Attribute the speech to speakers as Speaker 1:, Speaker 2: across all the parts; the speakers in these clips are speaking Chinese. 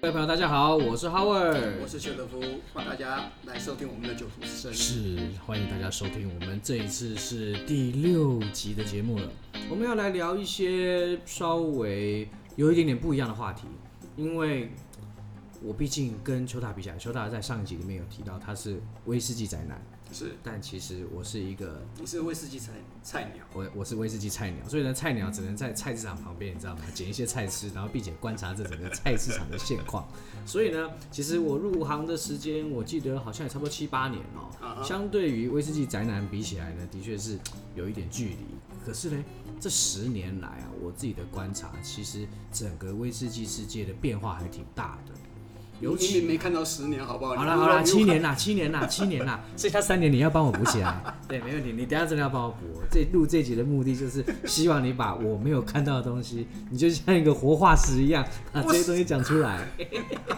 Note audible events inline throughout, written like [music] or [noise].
Speaker 1: 各位朋友，大家好，我是 Howard，
Speaker 2: 我是谢德福，欢迎大家来收听我们的九徒之声。
Speaker 1: 是欢迎大家收听我们这一次是第六集的节目了。我们要来聊一些稍微有一点点不一样的话题，因为我毕竟跟邱大比起来，邱大在上一集里面有提到他是威士忌宅男，
Speaker 2: 是，
Speaker 1: 但其实我是一个
Speaker 2: 你是威士忌菜菜鸟，
Speaker 1: 我我是威士忌菜鸟，所以呢，菜鸟只能在菜市场旁边，你知道吗？捡一些菜吃，然后并且观察这整个菜市场的现况。所以呢，其实我入行的时间，我记得好像也差不多七八年哦、
Speaker 2: 啊哈
Speaker 1: 相对于威士忌宅男比起来呢，的确是有一点距离。可是呢，这十年来啊，我自己的观察，其实整个威士忌世界的变化还挺大的，尤
Speaker 2: 你
Speaker 1: 其
Speaker 2: 明明没看到十年，好不好？
Speaker 1: 好
Speaker 2: 你
Speaker 1: 啦
Speaker 2: 不
Speaker 1: 好
Speaker 2: 知道
Speaker 1: 啦，
Speaker 2: 你
Speaker 1: 七年啦，七年 [laughs] 啦，七年啦，剩下三年你要帮我补起来。 [laughs] 对，没问题，你等下真的要帮我补。 [laughs] 这录这集的目的就是希望你把我没有看到的东西，你就像一个活化石一样，把这些东西讲出来。 [laughs]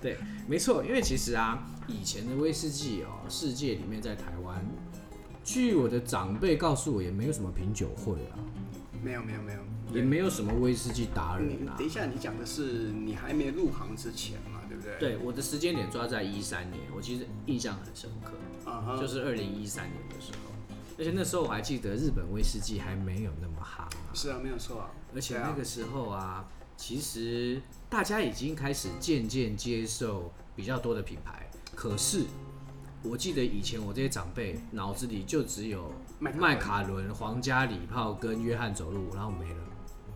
Speaker 1: 对，没错，因为其实啊，以前的威士忌哦，世界里面在台湾，据我的长辈告诉我，也没有什么品酒会啊，
Speaker 2: 没有没有没有。
Speaker 1: 也没有什么威士忌达人
Speaker 2: 你
Speaker 1: 啊
Speaker 2: 等。一下，你讲的是你还没入行之前嘛，对不对？。
Speaker 1: 对，我的时间点抓在一三年，我其实印象很深刻。
Speaker 2: 啊哈。
Speaker 1: 就是二零一三年的时候，而且那时候我还记得日本威士忌还没有那么夯、啊，
Speaker 2: 是啊，没有错啊。
Speaker 1: 而且
Speaker 2: 对
Speaker 1: 那
Speaker 2: 啊，
Speaker 1: 个时候啊，其实大家已经开始渐渐接受比较多的品牌，可是。我记得以前我这些长辈脑子里就只有
Speaker 2: 麦卡伦
Speaker 1: 麦卡伦、皇家礼炮跟约翰走路，然后没了，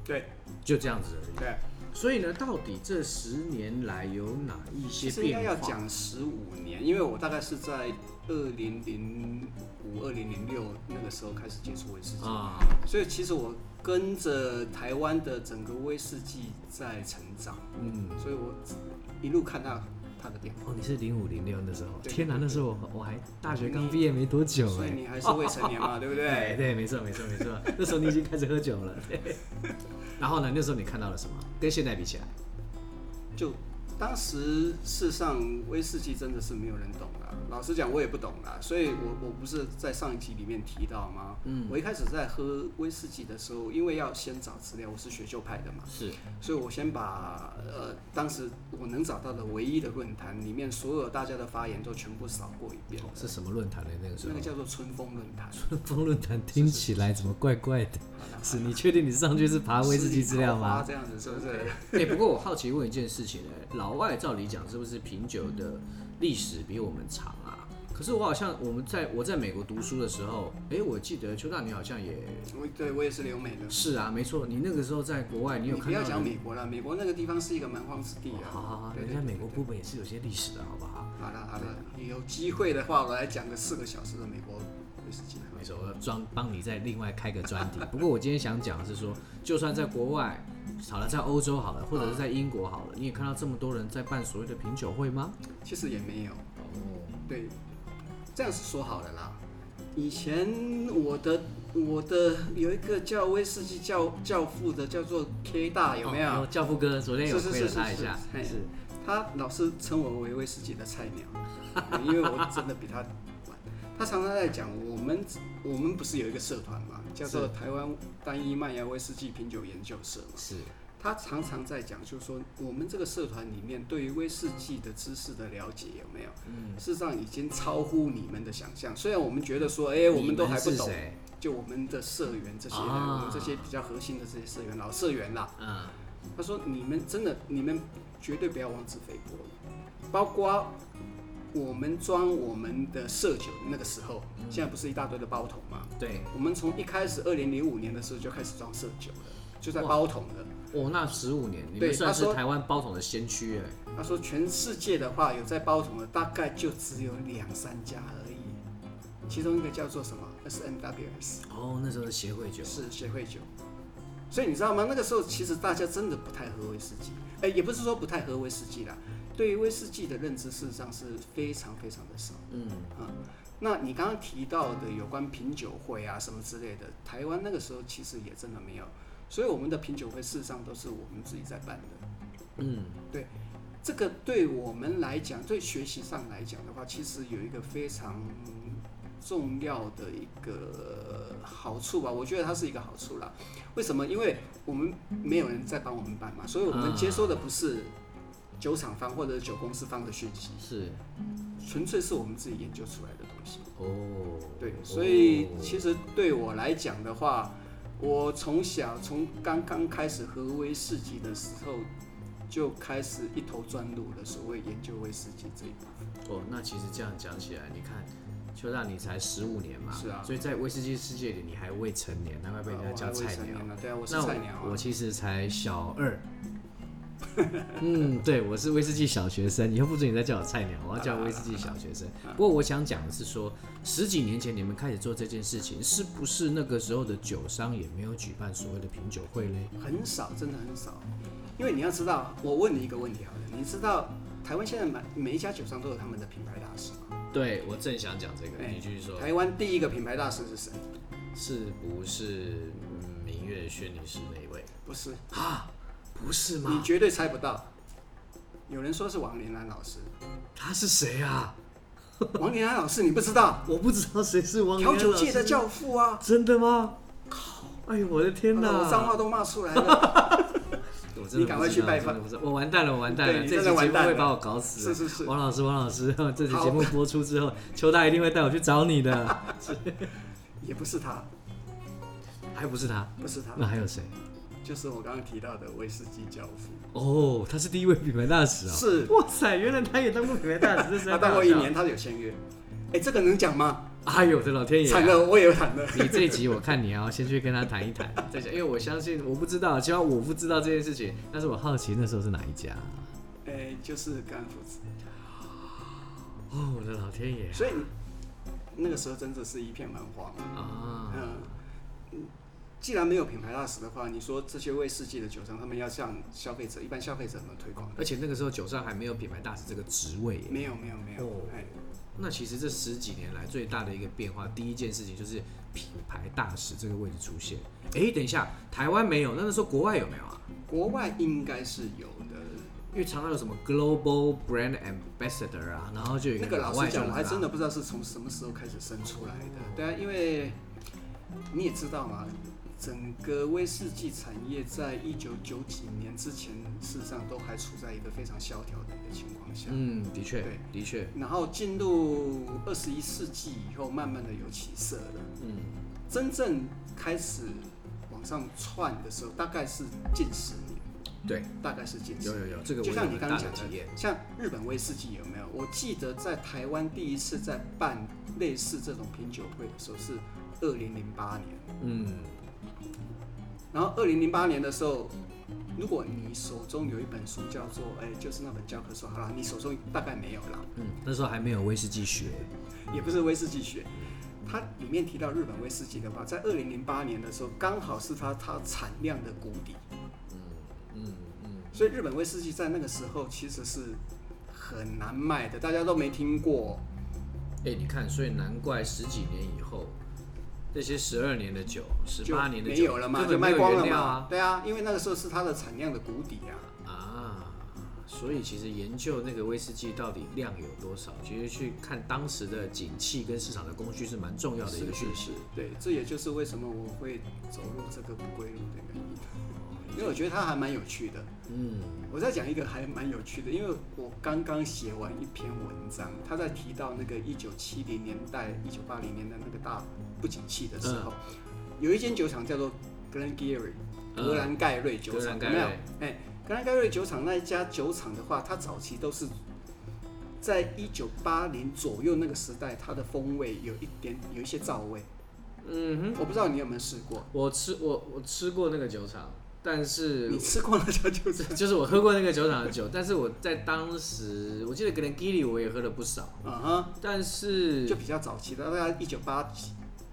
Speaker 2: 对
Speaker 1: 就这样子而已。
Speaker 2: 对，
Speaker 1: 所以呢，到底这十年来有哪一些
Speaker 2: 其实应该
Speaker 1: 变
Speaker 2: 要
Speaker 1: 化？
Speaker 2: 讲十五年，因为我大概是在二零零五、二零零六那个时候开始接触威士忌，
Speaker 1: 啊、
Speaker 2: 所以其实我跟着台湾的整个威士忌在成长。
Speaker 1: 嗯，
Speaker 2: 所以我一路看到他的变化。
Speaker 1: 哦，你是零五零六那时候，
Speaker 2: 对
Speaker 1: 天哪，那时候我我还大学刚毕业没多久
Speaker 2: 所
Speaker 1: 哎、
Speaker 2: 以你还是未成
Speaker 1: [laughs]
Speaker 2: 年嘛，对不
Speaker 1: 对
Speaker 2: 对？
Speaker 1: 对，没错没错没错， [laughs] 那时候你已经开始喝酒了。对然后呢，那时候你看到了什么？跟现在比起来，
Speaker 2: 就当时事实上威士忌真的是没有人懂啦，老实讲我也不懂啦，所以我我不是在上一集里面提到吗？
Speaker 1: 嗯，
Speaker 2: 我一开始在喝威士忌的时候，因为要先找资料，我是学究派的嘛，
Speaker 1: 是
Speaker 2: 所以我先把呃当时我能找到的唯一的论坛里面所有大家的发言都全部扫过一遍，
Speaker 1: 哦是哦什么论坛呢？那个时
Speaker 2: 那
Speaker 1: 候
Speaker 2: 个，叫做春风论坛。
Speaker 1: 春 [laughs] 风论坛听起来怎么怪怪的？是你确定你上去是爬威士忌资料吗？
Speaker 2: 这样子是不
Speaker 1: [laughs]
Speaker 2: 是？
Speaker 1: 哎、不过我好奇问一件事情、哎，老外照理讲是不是品酒的历史比我们长啊？可是我好像我们在我在美国读书的时候，哎、我记得邱大你好像也
Speaker 2: 我对我也是留美的。
Speaker 1: 是啊，没错，你那个时候在国外，你有
Speaker 2: 不
Speaker 1: 看到
Speaker 2: 要讲
Speaker 1: 人？
Speaker 2: 美国了，美国那个地方是一个蛮荒之地啊。
Speaker 1: 好好好，
Speaker 2: 对
Speaker 1: 人
Speaker 2: 对
Speaker 1: 家
Speaker 2: 对
Speaker 1: 美国部本也是有些历史的，好不好？
Speaker 2: 好了好了，有机会的话，我来讲个四个小时的美国威士忌。
Speaker 1: 没错，我要专帮你再另外开个专题。不 [laughs] 过我今天想讲的是说，就算在国外，好了，在欧洲好了，或者是在英国好了，你也看到这么多人在办所谓的品酒会吗？
Speaker 2: 其实也没有，
Speaker 1: 哦，
Speaker 2: 对，这样是说好了啦。以前我的我的有一个叫威士忌教教父的，叫做 K 大，有没有？
Speaker 1: 教父哥昨天有
Speaker 2: 是是
Speaker 1: 推了
Speaker 2: 是
Speaker 1: 他一
Speaker 2: 是
Speaker 1: 下，
Speaker 2: 是是他老是称我为威士忌的菜鸟， [laughs] 因为我真的比他晚。他常常在讲，我们我们不是有一个社团嘛，叫做
Speaker 1: 是
Speaker 2: 台湾单一麦芽威士忌品酒研究社嘛。
Speaker 1: 是
Speaker 2: 他常常在讲，就是说我们这个社团里面对于威士忌的知识的了解有没有？
Speaker 1: 嗯，
Speaker 2: 事实上已经超乎你们的想象。虽然我们觉得说，哎、我们都还
Speaker 1: 嗯
Speaker 2: 不
Speaker 1: 你是
Speaker 2: 懂，
Speaker 1: 谁
Speaker 2: 就我们的社员这些人，
Speaker 1: 啊
Speaker 2: 我们这些比较核心的这些社员老社员啦，
Speaker 1: 嗯，
Speaker 2: 他说：“你们真的，你们绝对不要妄自菲薄了包括我们装我们的社酒那个时候，现在不是一大堆的包桶吗？
Speaker 1: 对，
Speaker 2: 我们从一开始，二零零五年的时候就开始装社酒了，就在包桶了。
Speaker 1: 哦，那十五年，你
Speaker 2: 对
Speaker 1: 们算
Speaker 2: 他
Speaker 1: 是
Speaker 2: 说
Speaker 1: 台湾包桶的先驱哎。
Speaker 2: 他说，全世界的话，有在包桶的大概就只有两三家而已，其中一个叫做什么 SMWS，
Speaker 1: 哦，那时候的协会酒
Speaker 2: 是协会酒。所以你知道吗？那个时候其实大家真的不太喝威士忌，哎、也不是说不太喝威士忌啦，对于威士忌的认知事实上是非常非常的少。
Speaker 1: 嗯，
Speaker 2: 那你刚刚提到的有关品酒会啊什么之类的，台湾那个时候其实也真的没有，所以我们的品酒会事实上都是我们自己在办的。
Speaker 1: 嗯，
Speaker 2: 这个对我们来讲，对学习上来讲的话，其实有一个非常重要的一个好处吧，我觉得它是一个好处啦。为什么？因为我们没有人在帮我们办嘛，所以我们接收的不是酒厂方或者酒公司方的讯息，
Speaker 1: 是
Speaker 2: 纯粹是我们自己研究出来的东西。
Speaker 1: 哦，
Speaker 2: 对，所以
Speaker 1: 哦
Speaker 2: 其实对我来讲的话，我从小从刚刚开始喝威士忌的时候，就开始一头钻入了所谓研究威士忌这一部分。
Speaker 1: 哦，那其实这样讲起来，你看。邱大，你才十五年嘛，
Speaker 2: 是啊
Speaker 1: 所以在威士忌世界里，你还未成年，难怪被人家
Speaker 2: 呃我还
Speaker 1: 叫
Speaker 2: 未
Speaker 1: 菜
Speaker 2: 成
Speaker 1: 鸟。
Speaker 2: 年呢，对啊，我是
Speaker 1: 那
Speaker 2: 菜鸟
Speaker 1: 我
Speaker 2: 啊。
Speaker 1: 其实才小
Speaker 2: [laughs]
Speaker 1: 二。嗯，对，我是威士忌小学生，以后不准你再叫我菜鸟，我要叫威士忌小学生。
Speaker 2: 啊
Speaker 1: 不过我想讲的是说，十几年前你们开始做这件事情，是不是那个时候的酒商也没有举办所谓的品酒会嘞？
Speaker 2: 很少，真的很少。因为你要知道，我问你一个问题好了，你知道台湾现在每每一家酒商都有他们的品牌大使吗？
Speaker 1: 对，我正想讲这个，
Speaker 2: 哎
Speaker 1: 你继续说，
Speaker 2: 台湾第一个品牌大使是谁？
Speaker 1: 是不是嗯明月轩尼诗那一位？
Speaker 2: 不是，
Speaker 1: 不是
Speaker 2: 你
Speaker 1: 吗？
Speaker 2: 绝对猜不到。有人说是王林兰老
Speaker 1: [laughs]
Speaker 2: 师，
Speaker 1: 他是谁啊？
Speaker 2: 王林兰老师你不知道，
Speaker 1: 我不知道谁是王
Speaker 2: 调
Speaker 1: 源
Speaker 2: 酒
Speaker 1: 老
Speaker 2: 界的
Speaker 1: 师
Speaker 2: 教父啊！
Speaker 1: 真的吗？哎呦，我的天哪！
Speaker 2: 啊我脏话都骂出
Speaker 1: [laughs]
Speaker 2: 来了，
Speaker 1: 我真的不知道
Speaker 2: 你赶快去拜访
Speaker 1: 真的不知道我完蛋了，我完蛋了，
Speaker 2: 对你
Speaker 1: 这
Speaker 2: 真
Speaker 1: 期
Speaker 2: 的
Speaker 1: 节目
Speaker 2: 完蛋了
Speaker 1: 会把我搞死
Speaker 2: 是
Speaker 1: 了。
Speaker 2: 是是。
Speaker 1: 王老师，王老师， [laughs] 这期节目播出之后，邱大一定会带我去找你的。
Speaker 2: 也不是他，
Speaker 1: 还不是他，
Speaker 2: 不是他，
Speaker 1: 那还有谁？
Speaker 2: 就是我刚刚提到的威士忌教父，
Speaker 1: 哦，他是第一位品牌大使哦。
Speaker 2: 是
Speaker 1: 哇塞，原来他也当过品牌大使， [laughs] 这是啊
Speaker 2: 他当过一年，。他有签约。哎，这个能讲吗？
Speaker 1: 哎呦，我的老天爷啊！
Speaker 2: 惨了，我也惨了。
Speaker 1: 你这一集我看你要先去跟他谈一谈，再讲，因为我相信我不知道，起码我不知道这件事情，但是我好奇那时候是哪一家。
Speaker 2: 哎，就是甘父子，
Speaker 1: 哦，我的老天爷
Speaker 2: 所以那个时候真的是一片蛮荒。
Speaker 1: 啊！
Speaker 2: 嗯，既然没有品牌大使的话，你说这些威士忌的酒商，他们要向消费者，一般消费者怎么推广？
Speaker 1: 而且那个时候酒上还没有品牌大使这个职位耶。
Speaker 2: 没有，没有，没有
Speaker 1: 哦。
Speaker 2: 哎，
Speaker 1: 那其实这十几年来最大的一个变化，第一件事情就是品牌大使这个位置出现。诶，等一下，台湾没有，那那时候国外有没有啊？
Speaker 2: 国外应该是有的。
Speaker 1: 因为常常有什么 Global Brand Ambassador 啊，然后就有一
Speaker 2: 那个
Speaker 1: 老
Speaker 2: 老
Speaker 1: 外
Speaker 2: 实
Speaker 1: 就
Speaker 2: 讲，我还
Speaker 1: 来
Speaker 2: 真
Speaker 1: 了。
Speaker 2: 的不知道是从什么时候开始生出来的。对啊，因为你也知道嘛，整个威士忌产业在一九九几年之前，事实上都还处在一个非常萧条的一个情况下。
Speaker 1: 嗯，的确
Speaker 2: 对，
Speaker 1: 的确，
Speaker 2: 然后进入二十一世纪以后，慢慢的有起色了。
Speaker 1: 嗯，
Speaker 2: 真正开始往上窜的时候，大概是近十年，
Speaker 1: 对，
Speaker 2: 大概是近十
Speaker 1: 有
Speaker 2: 年。
Speaker 1: 有有，这个我
Speaker 2: 就
Speaker 1: 有
Speaker 2: 像你
Speaker 1: 很
Speaker 2: 刚
Speaker 1: 大
Speaker 2: 刚
Speaker 1: 的
Speaker 2: 讲
Speaker 1: 体验。
Speaker 2: 的，像日本威士忌有没有？我记得在台湾第一次在办类似这种品酒会的时候是二零零八年，
Speaker 1: 嗯，
Speaker 2: 然后二零零八年的时候，如果你手中有一本书叫做哎，就是那本教科书，好了，你手中大概没有啦，
Speaker 1: 嗯，那时候还没有威士忌学。
Speaker 2: 也不是威士忌学。它里面提到日本威士忌的话，在二零零八年的时候，刚好是它它产量的谷底，
Speaker 1: 嗯嗯，
Speaker 2: 所以日本威士忌在那个时候其实是很难卖的，大家都没听过。
Speaker 1: 诶，哎你看，所以难怪十几年以后，这些十二年的酒、十
Speaker 2: 就
Speaker 1: 八年的
Speaker 2: 没
Speaker 1: 酒
Speaker 2: 有了嘛，
Speaker 1: 根
Speaker 2: 就
Speaker 1: 本没
Speaker 2: 卖
Speaker 1: 有
Speaker 2: 光
Speaker 1: 原
Speaker 2: 了
Speaker 1: 料
Speaker 2: 嘛。
Speaker 1: 啊。
Speaker 2: 对啊，因为那个时候是它的产量的谷底啊。
Speaker 1: 啊，所以其实研究那个威士忌到底量有多少，其实去看当时的景气跟市场的供需是蛮重要的一个讯息。
Speaker 2: 对，这也就是为什么我会走入这个不归路的原因，因为我觉得它还蛮有趣的。
Speaker 1: 嗯，
Speaker 2: 我再讲一个还蛮有趣的，因为我刚刚写完一篇文章，他在提到那个一九七零年代、一九八零年代那个大不景气的时候，
Speaker 1: 嗯
Speaker 2: 有一间酒厂叫做 Glengarry 格兰盖瑞酒
Speaker 1: 格兰
Speaker 2: 厂，
Speaker 1: 盖
Speaker 2: 有没有
Speaker 1: 瑞？
Speaker 2: 哎，格兰盖瑞酒厂那一家酒厂的话，它早期都是在一九八零左右那个时代，它的风味有一点有一些燥味，
Speaker 1: 嗯哼，
Speaker 2: 我不知道你有没有试过，
Speaker 1: 我吃我我吃过那个酒厂，但是
Speaker 2: 你吃过那家
Speaker 1: [laughs]
Speaker 2: 酒厂
Speaker 1: 就是我喝过那个酒厂的酒，但是我在当时我记得格兰基里我也喝了不少，
Speaker 2: 啊哈？
Speaker 1: 但是
Speaker 2: 就比较早期的，大概一九八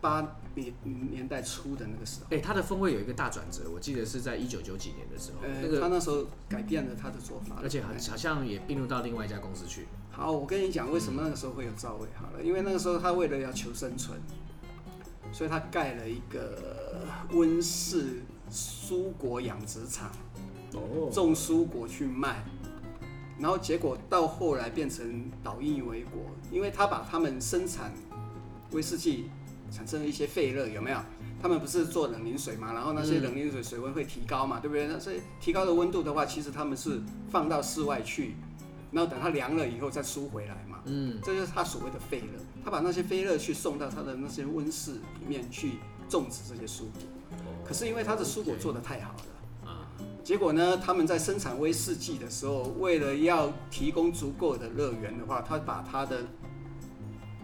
Speaker 2: 八年年代初的那个时候。
Speaker 1: 哎、它的风味有一个大转折，我记得是在一九九几年的时候，
Speaker 2: 呃，哎
Speaker 1: 那个
Speaker 2: 他那时候改变了他的做法，
Speaker 1: 而且好
Speaker 2: 对
Speaker 1: 好像也并入到另外一家公司去。
Speaker 2: 好，我跟你讲为什么那个时候会有赵薇好了，因为那个时候他为了要求生存，所以他盖了一个温室蔬果养殖场，
Speaker 1: 哦
Speaker 2: 种蔬果去卖，然后结果到后来变成倒印为国，因为他把他们生产威士忌产生了一些废热，有没有？他们不是做冷凝水嘛，然后那些
Speaker 3: 嗯
Speaker 2: 冷凝水水温会提高嘛，对不对？那所以提高的温度的话，其实他们是放到室外去，然后等它凉了以后再输回来嘛。
Speaker 3: 嗯
Speaker 2: 这就是他所谓的废热，他把那些废热去送到他的那些温室里面去种植这些蔬果。可是因为他的蔬果做的太好了，
Speaker 3: 啊，
Speaker 2: 结果呢，他们在生产威士忌的时候，为了要提供足够的热源的话，他把他的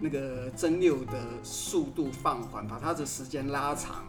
Speaker 2: 那个蒸馏的速度放缓，把它的时间拉长。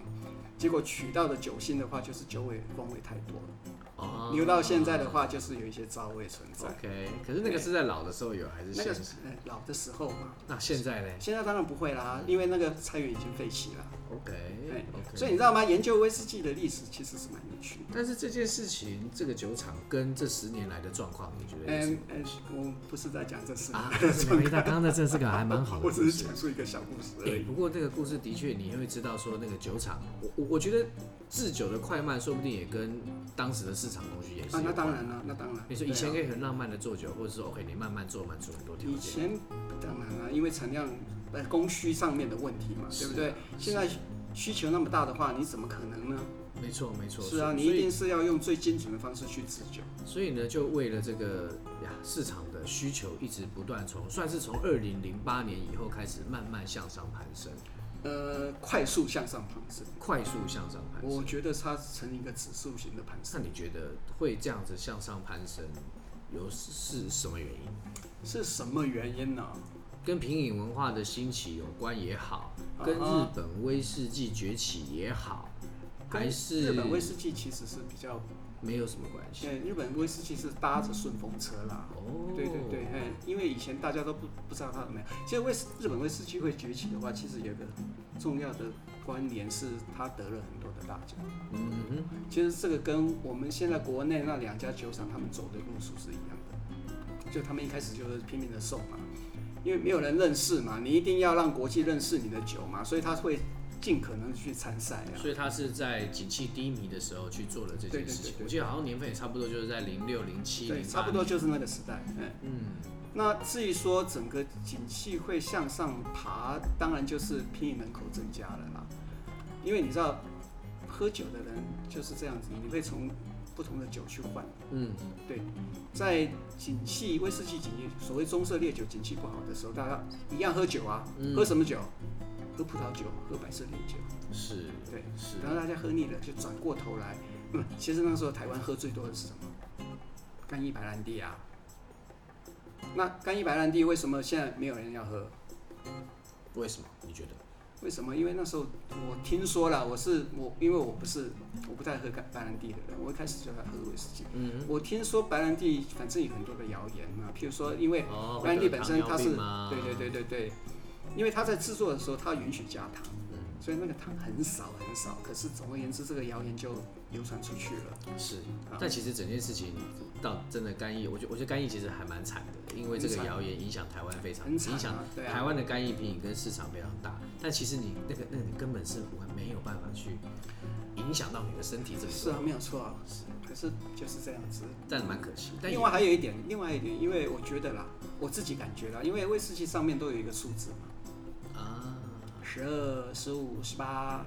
Speaker 2: 结果取到的酒心的话，就是酒尾风味太多了，
Speaker 1: 哦
Speaker 2: 留到现在的话，就是有一些糟味存在。
Speaker 1: OK，可是那个是在老的时候有还是
Speaker 2: 那
Speaker 1: 现
Speaker 2: 个
Speaker 1: 在？
Speaker 2: 呃老的时候嘛，
Speaker 3: 那现在呢
Speaker 2: 现在当然不会啦，因为那个菜园已经废弃了。
Speaker 1: OK，
Speaker 2: 对
Speaker 1: OK
Speaker 2: 哎所以你知道吗？研究威士忌的历史其实是蛮有趣的。
Speaker 1: 但是这件事情，这个酒厂跟这十年来的状况，你觉得有什么
Speaker 2: 嗯嗯，我不是在讲这事，
Speaker 1: 啊？
Speaker 3: 没大，刚刚那真的是个还蛮好的
Speaker 2: 嗯 [laughs] 我
Speaker 3: 故
Speaker 2: 只
Speaker 3: 事
Speaker 2: 是。讲述一个小故事而
Speaker 1: 对，
Speaker 2: 已。
Speaker 1: 不过这个故事的确，你会知道说那个酒厂，我我我觉得制酒的快慢，说不定也跟当时的市场供需也是
Speaker 2: 啊，那
Speaker 1: 有
Speaker 2: 当
Speaker 1: 关。
Speaker 2: 然了，那当然。
Speaker 1: 你说以前可
Speaker 2: 对啊
Speaker 1: 以很浪漫的做酒，或者说 OK，你慢慢做，满足很多条
Speaker 2: 以
Speaker 1: 件。
Speaker 2: 前当然啊了，因为产量呃供需上面的问题嘛，对不
Speaker 1: 是
Speaker 2: 对
Speaker 1: 啊？
Speaker 2: 现在需求那么大的话，你怎么可能呢？
Speaker 1: 没错，没错。
Speaker 2: 是啊，
Speaker 1: 所以
Speaker 2: 你一定是要用最精准的方式去制酒。
Speaker 1: 所以呢，就为了这个呀，市场的需求一直不断从，算是从二零零八年以后开始慢慢向上攀升，
Speaker 2: 呃，快速向上攀升，
Speaker 1: 快速向上攀
Speaker 2: 我
Speaker 1: 升。
Speaker 2: 觉得它成一个指数型的攀升
Speaker 1: 那。你觉得会这样子向上攀升，有是是什么原因？
Speaker 2: 是什么原因呢、
Speaker 1: 跟品饮文化的兴起有关也好，
Speaker 2: 啊
Speaker 1: 跟日本威士忌崛起也好，还是
Speaker 2: 日本威士忌其实是比较，
Speaker 1: 没有什么关系。
Speaker 2: 现在日本威士忌是搭着顺风车啦。
Speaker 1: 哦，
Speaker 2: 对对对，哎，因为以前大家都不不知道它怎么样。其实威士日本威士忌会崛起的话，其实有一个重要的关联是它得了很多的大奖。
Speaker 1: 嗯哼，
Speaker 2: 其实这个跟我们现在国内那两家酒厂他们走的路数是一样的，就他们一开始就是拼命的送嘛，因为没有人认识嘛，你一定要让国际认识你的酒嘛，所以他会尽可能去参赛啊。
Speaker 1: 所以他是在景气低迷的时候去做了这
Speaker 2: 对
Speaker 1: 件
Speaker 2: 对
Speaker 1: 事情
Speaker 2: 对。对
Speaker 1: 我记得好像年份也差不多，就是在零六、零七、
Speaker 2: 对，
Speaker 1: 零
Speaker 2: 差不多。就是那个时代。嗯，
Speaker 1: 嗯，
Speaker 2: 那至于说整个景气会向上爬，当然就是拼饮人口增加了啦。因为你知道，喝酒的人就是这样子，你会从不同的酒去换。
Speaker 1: 嗯，
Speaker 2: 对，在景气威士忌景气，所谓棕色烈酒景气不好的时候，大家一样喝酒啊，
Speaker 1: 嗯
Speaker 2: 喝什么酒？喝葡萄酒，喝白色烈酒。
Speaker 1: 是，
Speaker 2: 对，
Speaker 1: 是
Speaker 2: 然后大家喝腻了，就转过头来。嗯，其实那时候台湾喝最多的是什么？干邑白兰地啊。那干邑白兰地为什么现在没有人要喝？
Speaker 1: 为什么？你觉得？
Speaker 2: 为什么？因为那时候我听说了，我是我，因为我不是我不太喝干白兰地的人，我一开始就爱喝威士忌。
Speaker 1: 嗯，
Speaker 2: 我听说白兰地反正有很多的谣言嘛，譬如说，因为
Speaker 1: 哦，
Speaker 2: 白兰地本身它是，
Speaker 1: 会得糖尿病吗
Speaker 2: 对对对，对对，因为它在制作的时候它允许加糖，
Speaker 1: 嗯，
Speaker 2: 所以那个糖很少很少。可是总而言之，这个谣言就流传出去了。
Speaker 1: 是。
Speaker 2: 啊
Speaker 1: 但其实整件事情到真的干邑，我觉我觉得干邑其实还蛮惨的，因为这个
Speaker 2: 很惨
Speaker 1: 谣言影响台湾非常，
Speaker 2: 很
Speaker 1: 影
Speaker 2: 惨啊
Speaker 1: 响
Speaker 2: 对啊
Speaker 1: 台湾的干邑品饮跟市场非常大。但其实你那个那个你根本是没有办法去影响到你的身体这么
Speaker 2: 是啊，
Speaker 1: 多，
Speaker 2: 没有错啊。是，可是就是这样子。
Speaker 1: 但蛮可惜。但也
Speaker 2: 另外还有一点，另外一点，因为我觉得啦，我自己感觉啦，因为威士忌上面都有一个数字嘛，
Speaker 1: 啊，
Speaker 2: 十二、十五、十八、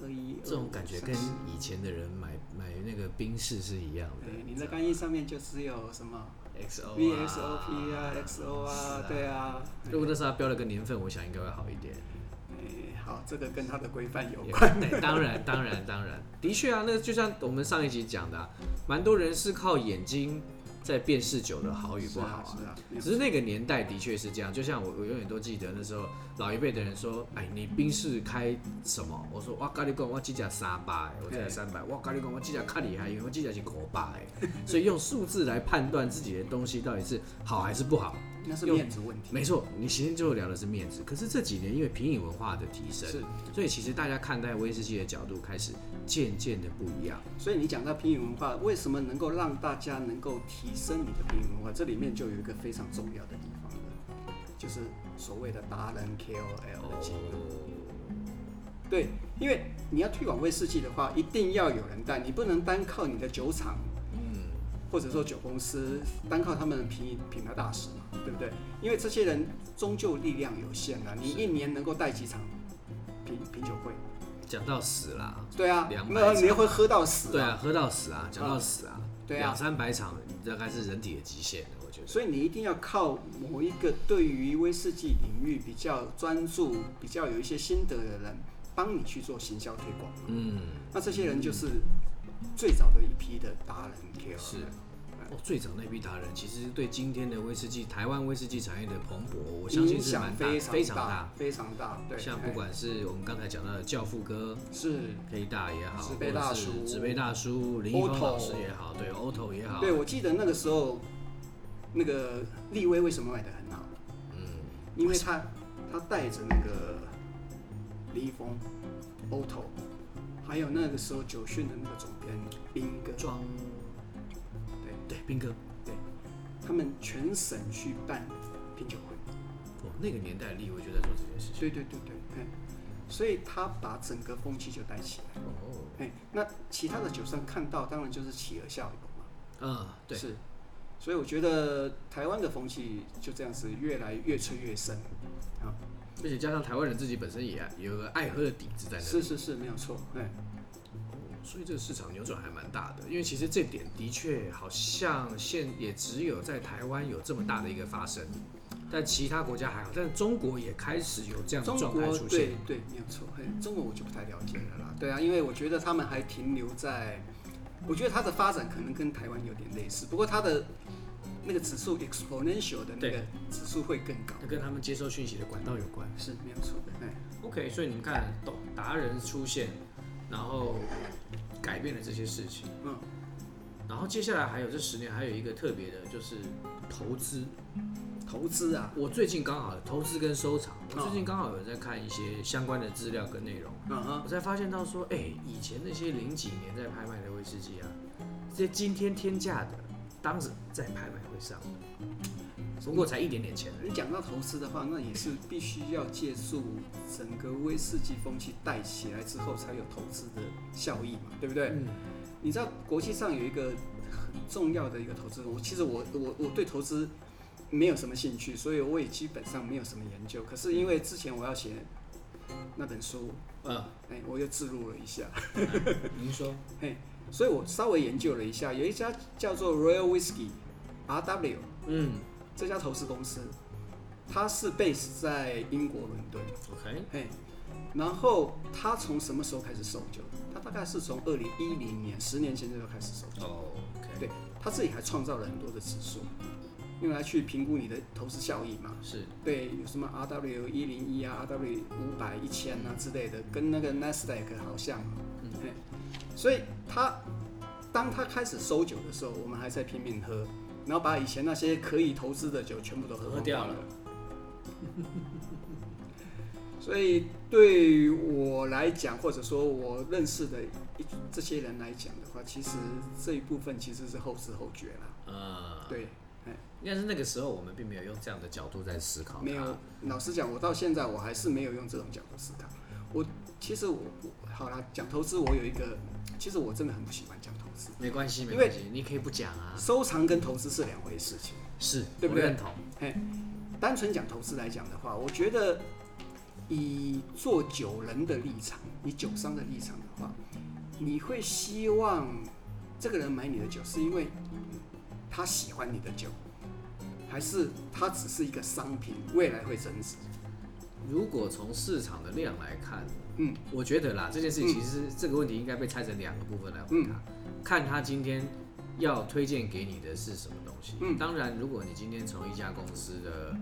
Speaker 2: 二一，
Speaker 1: 这种感觉跟以前的人买买那个冰室是一样
Speaker 2: 对，
Speaker 1: 的。
Speaker 2: 你在干邑上面就只有什么
Speaker 1: XO 啊
Speaker 2: VSOP 啊、XO 啊，对。啊。
Speaker 1: 如果那时候他标了个年份，我想应该会好一点。
Speaker 2: 哎，好，这个跟它的规范有关。
Speaker 1: [laughs] 对，当然，当然，当然，的确啊，那就像我们上一集讲的、啊，蛮多人是靠眼睛在辨识酒的好与不好啊。
Speaker 2: 是啊，
Speaker 1: 只是那个年代的确是这样，就像我，我永远都记得那时候老一辈的人说：“哎，你冰室开什么？”我说：“哇，咖喱贡，我记甲三百，我记甲三百，哇，咖喱贡，我记甲卡里还有，我记甲是国八哎。”所以用数字来判断自己的东西到底是好还是不好，
Speaker 2: 那是面子问题。
Speaker 1: 没错，你前面就聊的是面子，可是这几年因为品饮文化的提升，
Speaker 2: 是，
Speaker 1: 所以其实大家看待威士忌的角度开始渐渐的不一样。
Speaker 2: 所以你讲到品饮文化，为什么能够让大家能够提升你的品饮文化？这里面就有一个非常重要的地方了，就是所谓的达人 KOL 的记录。对，因为你要推广威士忌的话，一定要有人带，你不能单靠你的酒厂
Speaker 1: 嗯，
Speaker 2: 或者说酒公司，单靠他们的品品牌大使嘛，对不对？因为这些人终究力量有限啊，你一年能够带几场品酒会。
Speaker 1: 讲到死啦，
Speaker 2: 对啊
Speaker 1: 200，
Speaker 2: 没有
Speaker 1: 场
Speaker 2: 你会喝到死、
Speaker 1: 对啊，喝到死啊，讲到死啊，
Speaker 2: 对啊
Speaker 1: 两三百场大概是人体的极限了，我觉得。
Speaker 2: 所以你一定要靠某一个对于威士忌领域比较专注、比较有一些心得的人，帮你去做行销推广。
Speaker 1: 嗯，
Speaker 2: 那这些人就是最早的一批的达人 KOL。
Speaker 1: 是。
Speaker 2: 啊
Speaker 1: 哦，最早那批达人其实对今天的威士忌，台湾威士忌产业的蓬勃，我相信
Speaker 2: 影
Speaker 1: 是
Speaker 2: 响
Speaker 1: 蛮大，
Speaker 2: 非
Speaker 1: 非常
Speaker 2: 常
Speaker 1: 大。，
Speaker 2: 非常大。对，
Speaker 1: 像
Speaker 2: 哎
Speaker 1: 不管是我们刚才讲到的教父哥
Speaker 2: 是，
Speaker 1: 黑大也好，
Speaker 2: 纸
Speaker 1: 或
Speaker 2: 杯
Speaker 1: 者
Speaker 2: 大
Speaker 1: 是
Speaker 2: 叔
Speaker 1: 纸杯大叔、林一峰
Speaker 2: Otto
Speaker 1: 老师也好，对 Otto 也好，
Speaker 2: 对我记得那个时候，那个立威为什么卖的很好？
Speaker 1: 嗯，
Speaker 2: 因为他他带着那个李易峰、Otto，还有那个时候九讯的那个总编斌哥，
Speaker 1: 装
Speaker 2: 对
Speaker 1: 对兵哥，
Speaker 2: 他们全省去办品酒会。
Speaker 1: 哦，那个年代立威就在做这件事情。
Speaker 2: 对对对对，哎，所以他把整个风气就带起来。
Speaker 1: 哦，
Speaker 2: 哎，那其他的酒商看到，当然就是企鹅效应嘛。
Speaker 1: 嗯，对，
Speaker 2: 是。所以我觉得台湾的风气就这样子越来越吹越盛，啊，
Speaker 1: 而且加上台湾人自己本身也有个爱喝的底子在那里，
Speaker 2: 是是是，没有错，哎，
Speaker 1: 所以这个市场扭转还蛮大的。因为其实这点的确好像现也只有在台湾有这么大的一个发生，但其他国家还好，但中国也开始有这样的
Speaker 2: 中
Speaker 1: 状态
Speaker 2: 国
Speaker 1: 出现
Speaker 2: 对。对没有错，嘿，中国我就不太了解了啦。对啊，因为我觉得他们还停留在，我觉得它的发展可能跟台湾有点类似，不过它的那个指数 exponential 的那个
Speaker 1: 对
Speaker 2: 指数会更高。
Speaker 1: 那跟他们接收讯息的管道有关。
Speaker 2: 是没有错，哎，
Speaker 1: OK，所以你们看，懂达人出现，然后改变了这些事情。
Speaker 2: 嗯，
Speaker 1: 然后接下来还有这十年，还有一个特别的，就是投资。
Speaker 2: 投资啊，
Speaker 1: 我最近刚好投资跟收藏，我最近刚好有在看一些相关的资料跟内容，
Speaker 2: 嗯哼，
Speaker 1: 我才发现到说，哎、以前那些零几年在拍卖的威士忌啊，这些今天天价的，当时在拍卖会上，不过才一点点钱而已。
Speaker 2: 你讲到投资的话，那也是必须要借助整个威士忌风气带起来之后，才有投资的效益嘛，对不对？
Speaker 1: 嗯
Speaker 2: 你知道国际上有一个很重要的一个投资，我其实我我我对投资没有什么兴趣，所以我也基本上没有什么研究。可是因为之前我要写那本书，
Speaker 1: 呃，
Speaker 2: 哎，我又自录了一下，
Speaker 1: 您说，
Speaker 2: 所以我稍微研究了一下，有一家叫做 Royal Whisky RW
Speaker 1: 嗯
Speaker 2: 这家投资公司，它是 base 在英国伦敦，
Speaker 1: ，OK，
Speaker 2: 嘿，然后它从什么时候开始收酒？它大概是从二零一零年，十年前就开始收酒。
Speaker 1: 哦，OK，
Speaker 2: 对他自己还创造了很多的指数，用来去评估你的投资效益嘛。
Speaker 1: 是，
Speaker 2: 对，有什么 RW 一零一啊、RW 五百、一千啊之类的，跟那个 Nasdaq 好像。
Speaker 1: 嗯
Speaker 2: 嘿，所以他当他开始收酒的时候，我们还在拼命喝，然后把以前那些可以投资的酒全部都喝光
Speaker 1: 喝掉
Speaker 2: 了
Speaker 1: 了。
Speaker 2: [laughs] 所以对于我来讲，或者说我认识的一这些人来讲的话，其实这一部分其实是后知后觉啦。
Speaker 1: 呃，
Speaker 2: 对，
Speaker 1: 应该是那个时候我们并没有用这样的角度在思考它，
Speaker 2: 没有。老实讲，我到现在我还是没有用这种角度思考。我其实我我好啦，讲投资我有一个，其实我真的很不喜欢讲投资。
Speaker 1: 没关系，没
Speaker 2: 因为
Speaker 1: 关系，你可以不讲啊，
Speaker 2: 收藏跟投资是两回事情。
Speaker 1: 是，
Speaker 2: 对不对
Speaker 1: 我认同，
Speaker 2: 单纯讲投资来讲的话，我觉得以做酒人的立场，以酒商的立场的话，你会希望这个人买你的酒，是因为他喜欢你的酒，还是他只是一个商品，未来会增值？
Speaker 1: 如果从市场的量来看，
Speaker 2: 嗯，
Speaker 1: 我觉得啦，这件事情其实这个问题应该被拆成两个部分来回答，
Speaker 2: 嗯
Speaker 1: 看他今天要推荐给你的是什么东西。
Speaker 2: 嗯
Speaker 1: 当然，如果你今天从一家公司的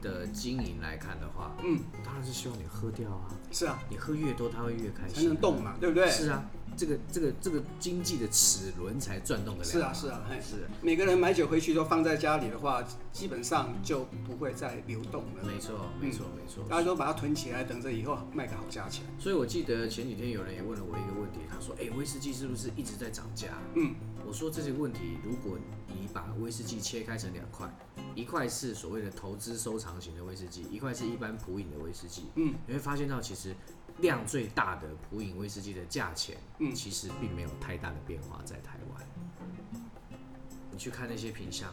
Speaker 1: 的经营来看的话，
Speaker 2: 嗯，
Speaker 1: 当然是希望你喝掉啊，
Speaker 2: 是啊，
Speaker 1: 你喝越多，他会越开
Speaker 2: 才
Speaker 1: 心，啊
Speaker 2: 能动嘛，对不对？
Speaker 1: 是啊，这个这个这个经济的齿轮才转动的了。
Speaker 2: 是啊，是啊，嘿
Speaker 1: 是，
Speaker 2: 每个人买酒回去都放在家里的话，基本上就不会再流动了，
Speaker 1: 没错，没错，没错。
Speaker 2: 大家都把它囤起来，等着以后卖个好价钱。
Speaker 1: 所以我记得前几天有人也问了我一个问题，他说：“哎、威士忌是不是一直在涨价？”
Speaker 2: 嗯，
Speaker 1: 我说这些问题，如果你把威士忌切开成两块，一块是所谓的投资收藏型的威士忌，一块是一般普饮的威士忌，
Speaker 2: 嗯，
Speaker 1: 你会发现到其实量最大的普饮威士忌的价钱，
Speaker 2: 嗯
Speaker 1: 其实并没有太大的变化在台湾。你去看那些品相，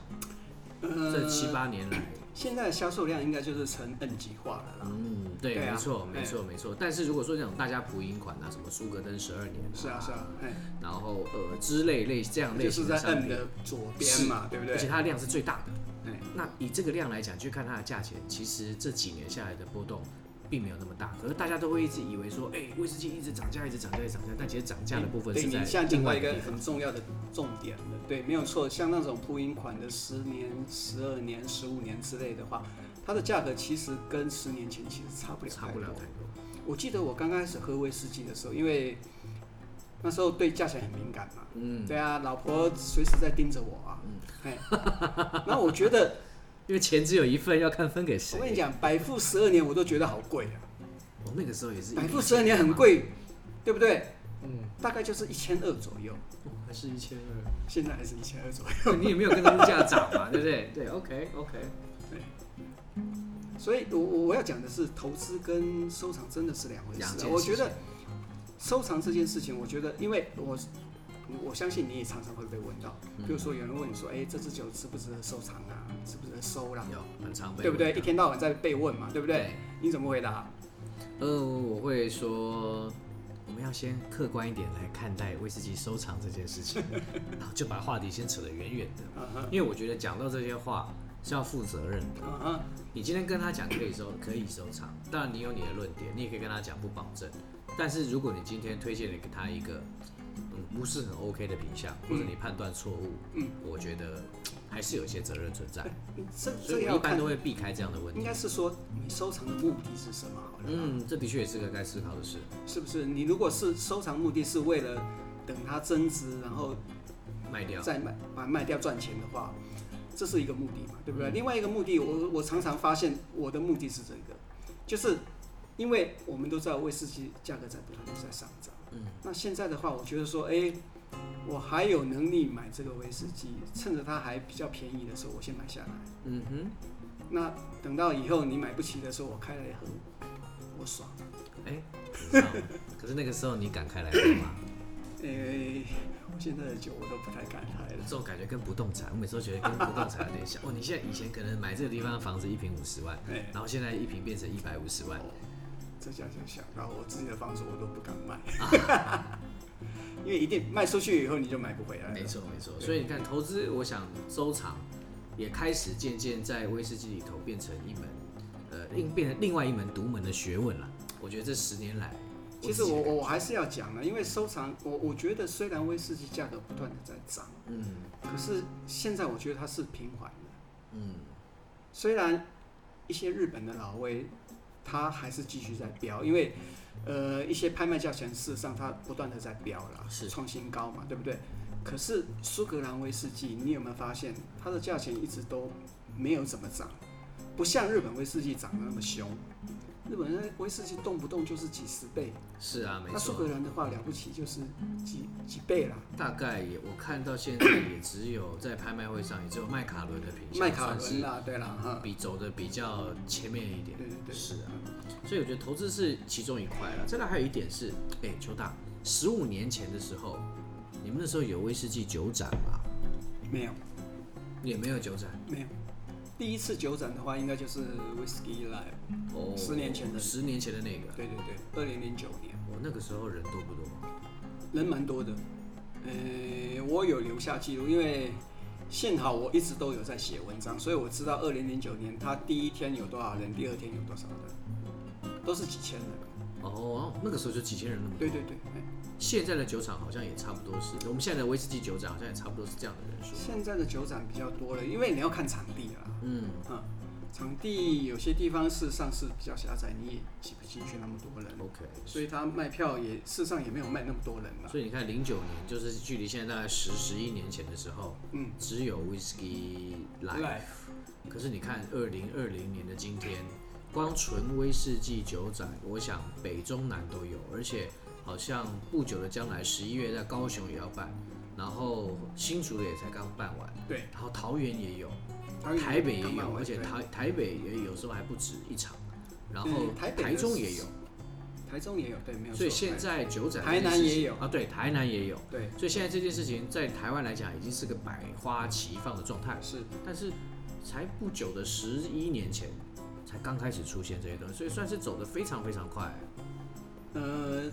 Speaker 2: 呃
Speaker 1: 这七八年来，
Speaker 2: 现在的销售量应该就是成 N 级化了啦。
Speaker 1: 嗯，对，
Speaker 2: 对啊
Speaker 1: 没错，
Speaker 2: 哎
Speaker 1: 没错，没错。但是如果说那种大家普银款啊，什么苏格登十二年、
Speaker 2: 是啊，是啊，哎，
Speaker 1: 然后呃之类类这样类
Speaker 2: 就是
Speaker 1: 型
Speaker 2: 在
Speaker 1: 商
Speaker 2: N
Speaker 1: 品，
Speaker 2: 的左边嘛，对不对
Speaker 1: 而且？它的量是最大的。
Speaker 2: 哎，
Speaker 1: 那以这个量来讲，去看它的价钱，其实这几年下来的波动并没有那么大。可是大家都会一直以为说，哎、威士忌一直涨价，一直涨价，一直涨价。但其实涨价的部分
Speaker 2: 对
Speaker 1: 是
Speaker 2: 你
Speaker 1: 在
Speaker 2: 现在
Speaker 1: 另
Speaker 2: 讲到
Speaker 1: 外
Speaker 2: 一个
Speaker 1: 地方
Speaker 2: 很重要的重点了，对，没有错。像那种铺银款的十年、十二年、十五年之类的话，它的价格其实跟十年前其实差不了
Speaker 1: 差
Speaker 2: 太
Speaker 1: 不了
Speaker 2: 多。
Speaker 1: 太多。
Speaker 2: 我记得我刚开始喝威士忌的时候，因为那时候对价钱很敏感嘛，
Speaker 1: 嗯，
Speaker 2: 对啊，老婆随时在盯着我啊，哎，然后我觉得，
Speaker 1: [laughs]
Speaker 3: 因为钱只有一份，要看分给
Speaker 2: 我跟你
Speaker 3: 谁。
Speaker 2: 讲，百富十二年我都觉得好贵啊，
Speaker 1: 我那个时候也是
Speaker 2: 百富
Speaker 1: 一
Speaker 2: 十二年很贵，对不对？
Speaker 3: 嗯，
Speaker 2: 大概就是一千二左右，
Speaker 3: 还是一千
Speaker 2: 现在还是一千二左右。
Speaker 1: 二， [laughs] 你也没有跟着物价涨嘛，对不对？对，OK OK。
Speaker 2: 所以我，我我要讲的是，投资跟收藏真的是两回
Speaker 1: 两
Speaker 2: 事、啊。
Speaker 1: 件
Speaker 2: 我
Speaker 1: 事
Speaker 2: 觉得收藏这件事情，我觉得，因为我我相信你也常常会被问到，
Speaker 1: 嗯
Speaker 2: 比如说有人问你说，哎、这支酒值不值得收藏啊？值不值得收啦、
Speaker 1: 有很常被
Speaker 2: 对不对？
Speaker 1: 问
Speaker 2: 一
Speaker 1: 到
Speaker 2: 天到晚在被问嘛，对不对？？你怎么回答？
Speaker 1: 呃，我会说，我们要先客观一点来看待威士忌收藏这件事
Speaker 2: [laughs]
Speaker 1: 情，然后就把话题先扯得远远的，
Speaker 2: 嗯哼，
Speaker 1: 因为我觉得讲到这些话是要负责任的。
Speaker 2: 嗯哼，
Speaker 1: 你今天跟他讲可以收，可以收藏，当然你有你的论点，你也可以跟他讲不保证。但是如果你今天推荐了给他一个，嗯，不是很 OK 的品相，或者你判断错误，
Speaker 2: 嗯，
Speaker 1: 我觉得还是有一些责任存在，
Speaker 2: 这
Speaker 1: 所
Speaker 2: 这
Speaker 1: 以
Speaker 2: 个
Speaker 1: 我一
Speaker 2: 要
Speaker 1: 般
Speaker 2: 看
Speaker 1: 都，会避开这样的问
Speaker 2: 应
Speaker 1: 题。
Speaker 2: 该是说你收藏的目的是什么好了。
Speaker 1: 嗯，这的确也是个该思考的事。
Speaker 2: 是不是？你如果是收藏目的是为了等它增值，然后
Speaker 1: 卖掉，
Speaker 2: 再卖把它卖掉赚钱的话，这是一个目的嘛，对不对？另外一个目的，我我常常发现我的目的是这个，就是因为我们都知道威士忌价格在不断的在上涨，
Speaker 1: 嗯，
Speaker 2: 那现在的话，我觉得说，哎，我还有能力买这个威士忌，趁着它还比较便宜的时候，我先买下来。
Speaker 1: 嗯哼。
Speaker 2: 那等到以后你买不起的时候，我开来喝，我爽。
Speaker 1: 哎、
Speaker 2: [laughs]
Speaker 1: 你知道吗可是那个时候你敢开来喝吗？
Speaker 2: 哎，我现在的酒我都不太敢开了
Speaker 1: 这。种感觉跟不动产，我每次都觉得跟不动产有点像。哦，你现在以前可能买这个地方的房子一平五十万，
Speaker 2: 哎，
Speaker 1: 然后现在一平变成一百五十万，
Speaker 2: 这下想想，然后我自己的房子我都不敢卖， [laughs] 因为一定卖出去以后你就买不回来了。
Speaker 1: 啊没错没错。所以你看，投资，我想收藏也开始渐渐在威士忌里头变成一门，呃，另变成另外一门独门的学问了。我觉得这十年来，
Speaker 2: 其实我
Speaker 1: 自己
Speaker 2: 我我还是要讲啊的，因为收藏，我我觉得虽然威士忌价格不断的在涨，
Speaker 1: 嗯
Speaker 2: 可是现在我觉得它是平缓的。
Speaker 1: 嗯
Speaker 2: 虽然一些日本的老威，它还是继续在飙，因为呃一些拍卖价钱事实上它不断的在飙啦，
Speaker 1: 是
Speaker 2: 创新高嘛，对不对？可是苏格兰威士忌，你有没有发现它的价钱一直都没有怎么涨？不像日本威士忌涨得那么凶，日本人威士忌动不动就是几十倍，
Speaker 1: 是啊，没
Speaker 2: 那苏
Speaker 1: 错。
Speaker 2: 格兰的话了不起就是几几倍啦。
Speaker 1: 大概也我看到现在也只有在拍卖会上，也只有麦卡伦的品相
Speaker 2: 麦卡
Speaker 1: 算是
Speaker 2: 伦啦，对啦，哈，
Speaker 1: 比走的比较前面一点。
Speaker 2: 对对对，
Speaker 1: 是啊，所以我觉得投资是其中一块了。再来还有一点是，哎、邱大，十五年前的时候，你们那时候有威士忌酒展吗？
Speaker 2: 没有
Speaker 1: 也没有酒展
Speaker 2: 没有，第一次酒展的话应该就是 Whisky Live，
Speaker 1: 哦，
Speaker 2: 十年前的
Speaker 1: 十年前的那个，
Speaker 2: 对对对，二零零九年，
Speaker 1: 我、那个时候人多不多？
Speaker 2: 人蛮多的。呃，我有留下记录，因为幸好我一直都有在写文章，所以我知道二零零九年他第一天有多少人，第二天有多少人，都是几千人。
Speaker 1: 哦，那个时候就几千人那么多。
Speaker 2: 对对对，哎
Speaker 1: 现在的酒厂好像也差不多是，我们现在的威士忌酒展好像也差不多是这样的人数。
Speaker 2: 现在的酒展比较多了，因为你要看场地啦。
Speaker 1: 嗯，
Speaker 2: 嗯，场地有些地方事实上是比较狭窄，你也挤不进去那么多人，
Speaker 1: OK，
Speaker 2: 所以他卖票也事实上也没有卖那么多人了。
Speaker 1: 所以你看，零九年就是距离现在大概十十一年前的时候，
Speaker 2: 嗯，
Speaker 1: 只有 Whisky Live。可是你看，二零二零年的今天，光纯威士忌酒展，我想北中南都有，而且好像不久的将来，十一月在高雄也要办，然后新竹的也才刚办完，
Speaker 2: 对，
Speaker 1: 然后桃园也有，
Speaker 2: 哎桃园
Speaker 1: 台北也
Speaker 2: 刚卖
Speaker 1: 有，
Speaker 2: 完
Speaker 1: 而且
Speaker 2: 对
Speaker 1: 台台北也有时候还不止一场，然后
Speaker 2: 嗯台北的
Speaker 1: 台中
Speaker 2: 是
Speaker 1: 也有，
Speaker 2: 台中也有，对，没有错。
Speaker 1: 所以现在酒展这件
Speaker 2: 台南
Speaker 1: 事情
Speaker 2: 也有
Speaker 1: 啊，对，台南也有。
Speaker 2: 对
Speaker 1: 所以现在这件事情在台湾来讲已经是个百花齐放的状态，
Speaker 2: 是
Speaker 1: 但是才不久的十一年前才刚开始出现这些东西，所以算是走得非常非常快。
Speaker 2: 呃，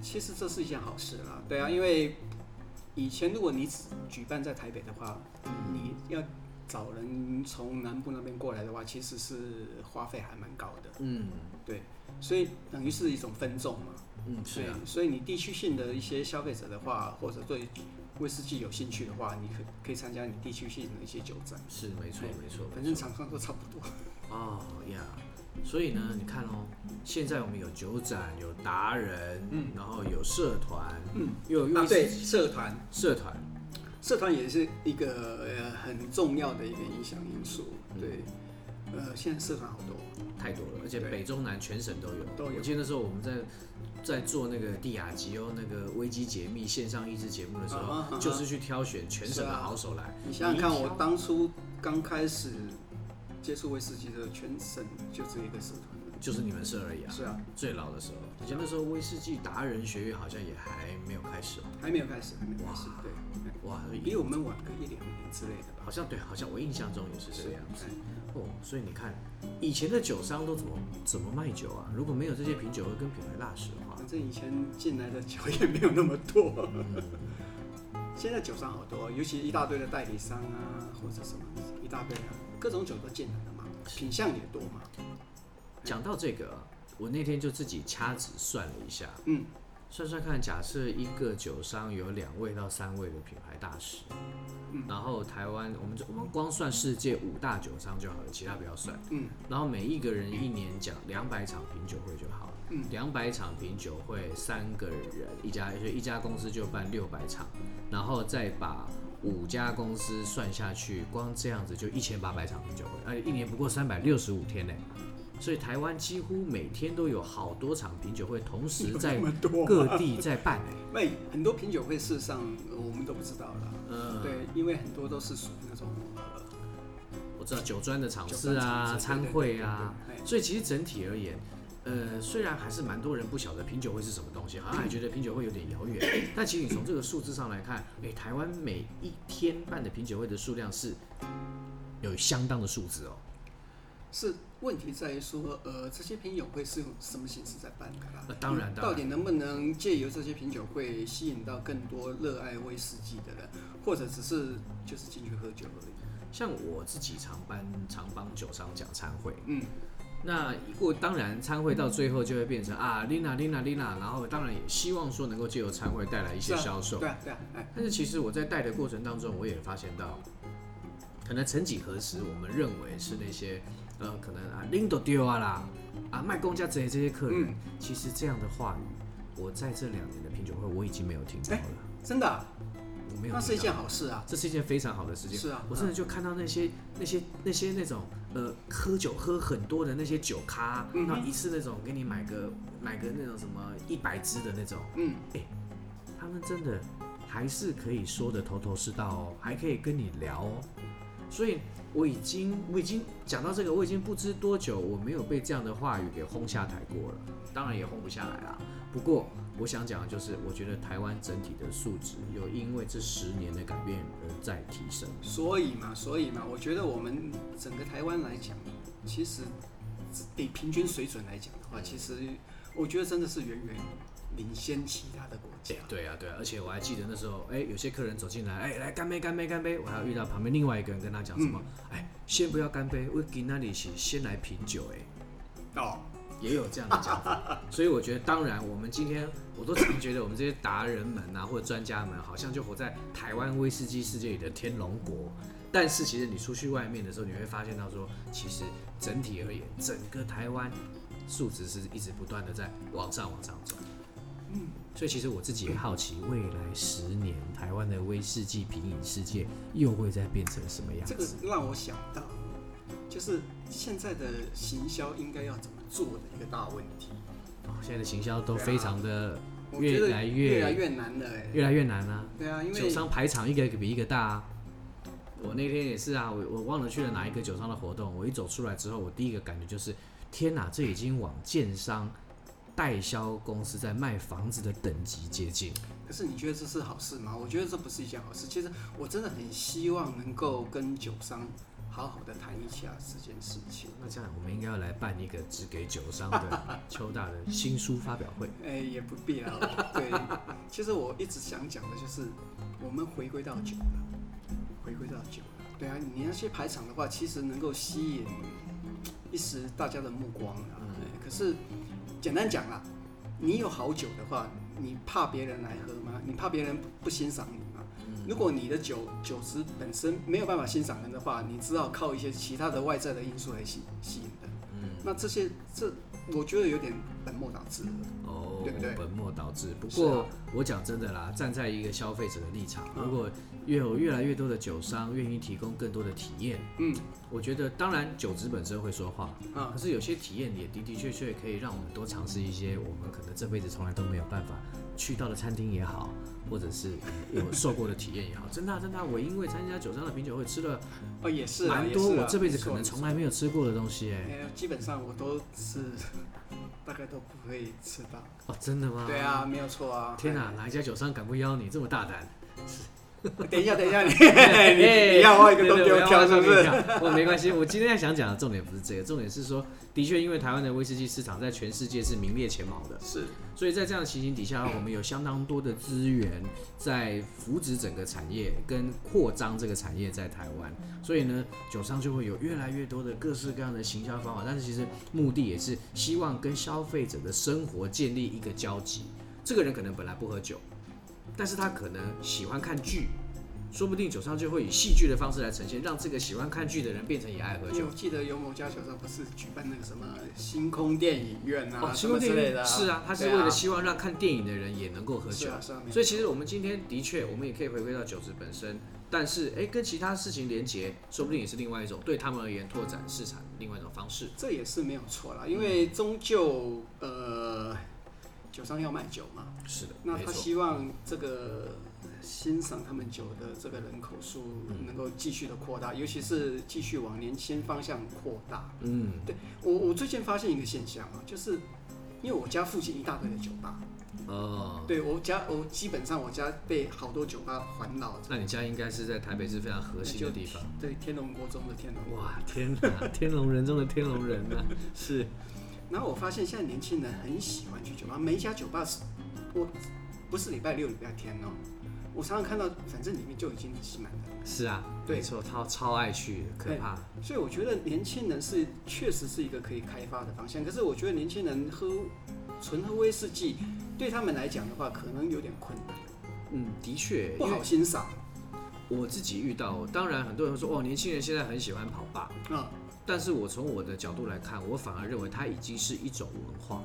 Speaker 2: 其实这是一件好事啦，对啊，因为以前如果你只举办在台北的话，
Speaker 1: 嗯
Speaker 2: 你要找人从南部那边过来的话，其实是花费还蛮高的，
Speaker 1: 嗯
Speaker 2: 对，所以等于是一种分众嘛，
Speaker 1: 嗯，是
Speaker 2: 对
Speaker 1: 啊，
Speaker 2: 所以你地区性的一些消费者的话，或者对威士忌有兴趣的话，你可可以参加你地区性的一些酒展，
Speaker 1: 是没错没错，
Speaker 2: 反正厂商都差不多。
Speaker 1: 哦呀，所以呢，你看哦，现在我们有酒展，有达人，嗯，然后有社团，嗯，又有
Speaker 2: 啊，
Speaker 1: 又
Speaker 2: 对，社团，
Speaker 1: 社团，
Speaker 2: 社团也是一个呃很重要的一个影响因素。对，呃，现在社团好多，
Speaker 1: 太多了，而且
Speaker 2: 对
Speaker 1: 北中南全省都有。
Speaker 2: 都有
Speaker 1: 我记得那时候我们在在做那个蒂亚吉哦欧那个危机解密线上益智节目的时候，
Speaker 2: 啊哈
Speaker 1: 就是去挑选全省的好手来。
Speaker 2: 你想想看，
Speaker 1: 你一
Speaker 2: 我
Speaker 1: 挑
Speaker 2: 当初刚开始接触威士忌的全省就只有一个社团
Speaker 1: 就是你们社而已
Speaker 2: 了。
Speaker 1: 啊，
Speaker 2: 是啊，
Speaker 1: 最老的时候，而且那时候威士忌达人学院好像也还没有开始哦。
Speaker 2: 还没有开始，还没有开始
Speaker 1: 哇，
Speaker 2: 对，
Speaker 1: 哇，
Speaker 2: 比我们晚个一两年之类的吧。哎
Speaker 1: 好像对，好像我印象中也是这个样子
Speaker 2: 是。
Speaker 1: 哦，所以你看，以前的酒商都怎么怎么卖酒啊？如果没有这些品酒会跟品牌大使的话，
Speaker 2: 反正啊以前进来的酒也没有那么多，
Speaker 1: 嗯
Speaker 2: 现在酒商好多，尤其一大堆的代理商啊，或者什么一大堆啊，各种酒都进来了嘛，品相也多嘛。
Speaker 1: 讲到这个，我那天就自己掐指算了一下，
Speaker 2: 嗯，
Speaker 1: 算算看，假设一个酒商有两位到三位的品牌大使，
Speaker 2: 嗯
Speaker 1: 然后台湾我们就我们光算世界五大酒商就好了，其他不要算，
Speaker 2: 嗯，
Speaker 1: 然后每一个人一年讲两百场品酒会就好了，
Speaker 2: 嗯，
Speaker 1: 两百场品酒会，三个人一家，就一家公司就办六百场，然后再把。五家公司算下去，光这样子就一千八百场品酒会，而且一年不过三百六十五天呢、所以台湾几乎每天都有好多场品酒会，同时在
Speaker 2: 有那么 [laughs] 多
Speaker 1: 哎各地在办、
Speaker 2: 那很多品酒会事实上呃我们都不知道啦，
Speaker 1: 嗯，
Speaker 2: 对，因为很多都是属于那种呃
Speaker 1: 我知道酒庄的场次啊、
Speaker 2: 酒庄场次
Speaker 1: 餐会啊
Speaker 2: 对对对，
Speaker 1: 所以其实整体而言，呃，虽然还是蛮多人不晓得品酒会是什么东西，好像还觉得品酒会有点遥
Speaker 2: [coughs]
Speaker 1: 远，但其实你从这个数字上来看，哎、台湾每一天办的品酒会的数量是有相当的数字哦。
Speaker 2: 是问题在于说，呃，这些品酒会是用什么形式在办的啦？
Speaker 1: 呃当然
Speaker 2: 嗯
Speaker 1: 当然
Speaker 2: 到底能不能借由这些品酒会吸引到更多热爱威士忌的人，或者只是就是进去喝酒而已？
Speaker 1: 像我自己常帮常帮酒商讲餐会，
Speaker 2: 嗯，
Speaker 1: 那不过当然参会到最后就会变成啊，Lina Lina Lina，然后当然也希望说能够借由参会带来一些
Speaker 2: 是啊
Speaker 1: 销售。
Speaker 2: 对啊，对啊，哎，
Speaker 1: 但是哦其实我在带的过程当中，我也发现到，可能曾几何时，我们认为是那些呃，可能啊拎都丢啊啦，啊卖公家这些这些客人，
Speaker 2: 嗯
Speaker 1: 其实这样的话语，我在这两年的品酒会我已经没有听到了，
Speaker 2: 真的啊、
Speaker 1: 我没有听到。
Speaker 2: 那是一件好事啊。
Speaker 1: 这是一件非常好的事情。
Speaker 2: 是啊
Speaker 1: 我真的就看到那些那些那些那种呃喝酒喝很多的那些酒咖，
Speaker 2: 嗯哼
Speaker 1: 然后一次那种给你买个买个那种什么一百支的那种，
Speaker 2: 嗯，
Speaker 1: 他们真的还是可以说的头头是道哦，还可以跟你聊哦。所以我已经我已经讲到这个，我已经不知多久我没有被这样的话语给轰下台过了，当然也轰不下来啦。不过我想讲的就是，我觉得台湾整体的素质有因为这十年的改变而在提升。
Speaker 2: 所以嘛，所以嘛，我觉得我们整个台湾来讲，其实以平均水准来讲的话，其实我觉得真的是远远领先其他的国家。
Speaker 1: 对啊，对啊，而且我还记得那时候，哎，有些客人走进来，哎，来干杯，干杯，干杯，我还遇到旁边另外一个人跟他讲什么，哎，先不要干杯，我给那里是先来品酒，哎，
Speaker 2: 哦，
Speaker 1: 也有这样的讲法，所以我觉得，当然，我们今天我都常觉得我们这些达人们啊，或者专家们，好像就活在台湾威士忌世界里的天龙国。但是其实你出去外面的时候，你会发现到说，其实整体而言，整个台湾数值是一直不断的在往上往上走。所以其实我自己也好奇，未来十年台湾的威士忌品饮世界又会再变成什么样
Speaker 2: 这个
Speaker 1: 子？
Speaker 2: 让我想到，就是现在的行销应该要怎么做的一个大问题。
Speaker 1: 哦现在的行销都
Speaker 2: 对啊
Speaker 1: 非常的
Speaker 2: 我觉
Speaker 1: 越
Speaker 2: 得
Speaker 1: 来
Speaker 2: 越
Speaker 1: 越
Speaker 2: 来越难了、欸，哎，
Speaker 1: 越来越难啊。
Speaker 2: 对啊，因
Speaker 1: 酒
Speaker 2: 为
Speaker 1: 商排场一个比一个大、啊。
Speaker 2: 嗯
Speaker 1: 我那天也是啊，我我忘了去了哪一个酒商的活动，我一走出来之后，我第一个感觉就是，天哪，这已经往建商代销公司在卖房子的等级接近。
Speaker 2: 可是你觉得这是好事吗？我觉得这不是一件好事。其实我真的很希望能够跟酒商好好的谈一下这件事情。
Speaker 1: 那这样，我们应该要来办一个只给酒商
Speaker 2: [laughs]
Speaker 1: 的邱大的新书发表会。
Speaker 2: 哎、也不必啦。对，其实我一直想讲的就是，我们回归到酒了，回归到酒了。对啊，你那些排场的话，其实能够吸引一时大家的目光啊。对可是简单讲啦，你有好酒的话，你怕别人来喝吗？你怕别人不欣赏你吗？如果你的酒酒质本身没有办法欣赏人的话，你只好靠一些其他的外在的因素来吸吸引人。
Speaker 4: 嗯，
Speaker 2: 那这些这，我觉得有点本末倒置了。
Speaker 4: 哦，
Speaker 2: 对不对
Speaker 1: 本末倒置。不
Speaker 2: 是
Speaker 1: 过、
Speaker 2: 啊
Speaker 1: 我讲真的啦，站在一个消费者的立场，
Speaker 2: 嗯
Speaker 1: 如果越有越来越多的酒商愿意提供更多的体验，
Speaker 2: 嗯，
Speaker 1: 我觉得当然酒质本身会说话，
Speaker 2: 啊
Speaker 1: 可是有些体验也的的确确可以让我们多尝试一些我们可能这辈子从来都没有办法去到的餐厅也好，或者是有受过的体验也好。真的啊、真的啊、我因为参加酒商的品酒会吃了
Speaker 2: 哦，也是啊
Speaker 1: 蛮
Speaker 2: 也
Speaker 1: 多
Speaker 2: 是啊
Speaker 1: 我这辈子
Speaker 2: 没
Speaker 1: 可
Speaker 2: 错
Speaker 1: 能从来没有吃过的东西哎、
Speaker 2: 没有基本上我都是大概都不会吃到。
Speaker 1: 哦，真的吗？
Speaker 2: 对。啊，没有错啊。
Speaker 1: 天哪，哪一家酒商敢不邀你这么大
Speaker 2: [laughs]
Speaker 1: 胆？哎
Speaker 2: 等一
Speaker 1: [laughs]
Speaker 2: 下，等一下，你你你要画一个东
Speaker 1: 对
Speaker 2: 西
Speaker 1: 对我
Speaker 2: 我
Speaker 1: 要
Speaker 2: 挑
Speaker 1: 往
Speaker 2: 是不
Speaker 1: 这
Speaker 2: 是
Speaker 1: 边？挑我哦没关系，我今天想讲的重点不是这个，重点是说，的确因为台湾的威士忌市场在全世界是名列前茅的，
Speaker 2: 是，
Speaker 1: 所以在这样的情形底下，我们有相当多的资源在扶植整个产业跟扩张这个产业在台湾，所以呢，酒商就会有越来越多的各式各样的行销方法，但是其实目的也是希望跟消费者的生活建立一个交集。这个人可能本来不喝酒，但是他可能喜欢看剧。说不定酒商就会以戏剧的方式来呈现，让这个喜欢看剧的人变成也爱喝
Speaker 2: 因为
Speaker 1: 酒
Speaker 2: 我。记得有某家酒商不是举办那个什么星空电影院啊，
Speaker 1: 哦，
Speaker 2: 什
Speaker 1: 星
Speaker 2: 么
Speaker 1: 空
Speaker 2: 之
Speaker 1: 电
Speaker 2: 类
Speaker 1: 影
Speaker 2: 的啊。
Speaker 1: 是啊，他是
Speaker 2: 对
Speaker 1: 为了希望让看电影的人也能够喝
Speaker 2: 是
Speaker 1: 酒
Speaker 2: 啊。是啊，没
Speaker 1: 所以其实我们今天的确，我们也可以回归到酒质本身，但是哎，诶跟其他事情连接，说不定也是另外一种对他们而言拓展市场另外一种方式。
Speaker 2: 这也是没有错啦，因为终究呃，酒商要卖酒嘛，
Speaker 1: 是的，
Speaker 2: 那
Speaker 1: 没
Speaker 2: 他
Speaker 1: 错。
Speaker 2: 希望这个欣赏他们酒的这个人口数能够继续的扩大，尤其是继续往年轻方向扩大。
Speaker 1: 嗯，
Speaker 2: 我我最近发现一个现象啊，就是因为我家附近一大堆的酒吧，
Speaker 1: 嗯哦，
Speaker 2: 对我家我基本上我家被好多酒吧环绕着，
Speaker 1: 那你家应该是在台北市非常核心的地方。
Speaker 2: 对天龙国中的天龙国。
Speaker 1: 哇，天哪，天龙人中的天龙人 [laughs] 呐、是
Speaker 2: 然后我发现现在年轻人很喜欢去酒吧，每一家酒吧是，我不是礼拜六礼拜天哦，我常常看到，反正里面就已经挤满了。
Speaker 1: 是啊，
Speaker 2: 对
Speaker 1: 没错，他超爱去，可
Speaker 2: 对
Speaker 1: 怕。
Speaker 2: 所以我觉得年轻人是确实是一个可以开发的方向，可是我觉得年轻人喝纯喝威士忌，对他们来讲的话，可能有点困难，
Speaker 1: 嗯，的确，
Speaker 2: 不
Speaker 1: 因为
Speaker 2: 好欣赏
Speaker 1: 我自己遇到，当然很多人会说，哦，年轻人现在很喜欢跑吧，
Speaker 2: 啊。
Speaker 1: 但是我从我的角度来看，我反而认为它已经是一种文化。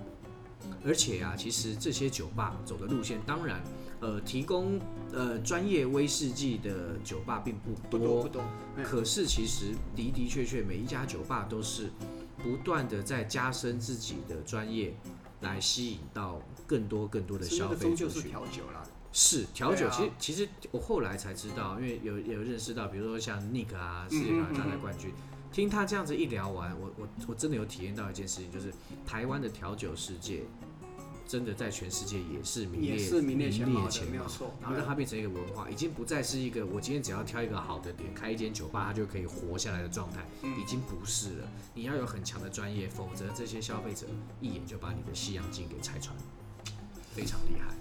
Speaker 1: 而且啊，其实这些酒吧走的路线，当然，呃，提供呃专业威士忌的酒吧并不
Speaker 2: 不多不多，哎
Speaker 1: 可是其实的的确确，每一家酒吧都是不断的在加深自己的专业，来吸引到更多更多的
Speaker 2: 是那
Speaker 1: 消
Speaker 2: 个
Speaker 1: 费族
Speaker 2: 终究是
Speaker 1: 群。
Speaker 2: 调酒啦，
Speaker 1: 是调酒，
Speaker 2: 对啊
Speaker 1: 其实其实我后来才知道，因为有有认识到，比如说像 Nick 啊，世界
Speaker 2: 嗯嗯
Speaker 1: 法大赛
Speaker 2: 嗯
Speaker 1: 冠军。听他这样子一聊完，我我我真的有体验到一件事情，就是台湾的调酒世界，真的在全世界也是名列
Speaker 2: 也是名列前茅的
Speaker 1: 前，
Speaker 2: 没有错。
Speaker 1: 然后让它变成一个文化，已经不再是一个我今天只要挑一个好的点开一间酒吧，它就可以活下来的状态，
Speaker 2: 嗯
Speaker 1: 已经不是了。你要有很强的专业，否则这些消费者一眼就把你的西洋镜给拆穿，非常厉害。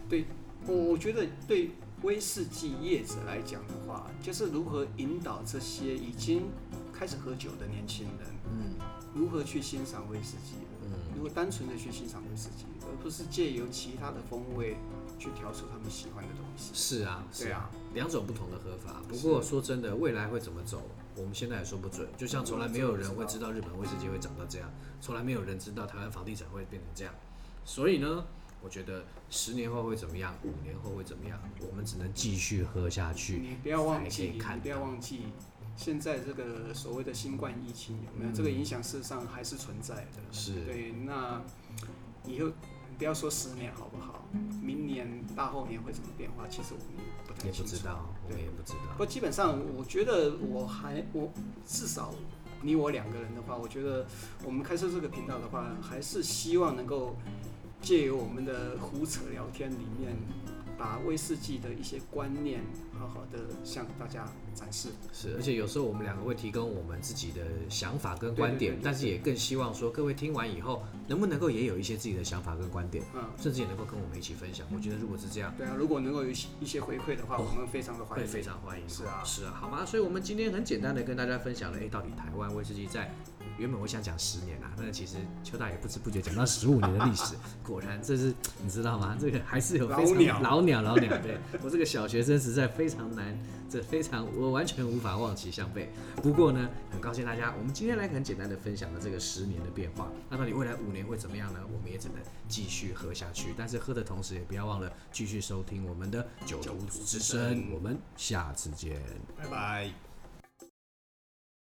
Speaker 2: 我我觉得对威士忌业者来讲的话，就是如何引导这些已经开始喝酒的年轻人，
Speaker 1: 嗯
Speaker 2: 如何去欣赏威士忌，
Speaker 1: 嗯，
Speaker 2: 如果单纯的去欣赏威士忌，而不是借由其他的风味去调出他们喜欢的东西。
Speaker 1: 是啊，是
Speaker 2: 对啊，
Speaker 1: 两种不同的喝法。不
Speaker 2: 是
Speaker 1: 过说真的，未来会怎么走，我们现在也说不准。就像从来没有人会知道日本威士忌会涨到这样，从来没有人知道台湾房地产会变成这样。所以呢，我觉得十年后会怎么样，五年后会怎么样，我们只能继续喝下去。
Speaker 2: 你不要忘
Speaker 1: 才可
Speaker 2: 记，
Speaker 1: 以看
Speaker 2: 你不要忘记，现在这个所谓的新冠疫情有没
Speaker 1: 嗯
Speaker 2: 有、这个影响，事实上还是存在的。
Speaker 1: 是
Speaker 2: 对，那以后不要说十年好不好，明年大后年会怎么变化，其实我们不太
Speaker 1: 也不
Speaker 2: 清
Speaker 1: 知
Speaker 2: 楚。
Speaker 1: 道，我们
Speaker 2: 对
Speaker 1: 也不知
Speaker 2: 不
Speaker 1: 道。
Speaker 2: 过基本上，我觉得我还我至少你我两个人的话，我觉得我们开设这个频道的话，还是希望能够借由我们的胡扯聊天里面，把威士忌的一些观念好好的向大家展示。
Speaker 1: 是，而且有时候我们两个会提供我们自己的想法跟
Speaker 2: 对
Speaker 1: 观
Speaker 2: 对
Speaker 1: 点，
Speaker 2: 对对
Speaker 1: 但是也更希望说各位听完以后，能不能够也有一些自己的想法跟观点，
Speaker 2: 嗯，
Speaker 1: 甚至也能够跟我们一起分享。我觉得如果是这样，
Speaker 2: 对啊，如果能够有一些一些回馈的
Speaker 1: 哦
Speaker 2: 话，我们非常的欢
Speaker 1: 会
Speaker 2: 迎。
Speaker 1: 非常欢迎。
Speaker 2: 是啊
Speaker 1: 是啊，好吗？所以我们今天很简单的跟大家分享了，哎，到底台湾威士忌在原本我想讲十年啊，但是其实邱大也不知不觉讲到十五年的历史， [laughs] 果然这是你知道吗？这个还是有非常
Speaker 2: 老鸟
Speaker 1: 老鸟老鸟，对我这个小学生实在非常难，这非常我完全无法望其项背。不过呢，很高兴大家，我们今天来很简单的分享了这个十年的变化，那到底未来五年会怎么样呢？我们也只能继续喝下去，但是喝的同时也不要忘了继续收听我们的酒徒之声，我们下次见。
Speaker 2: 拜拜。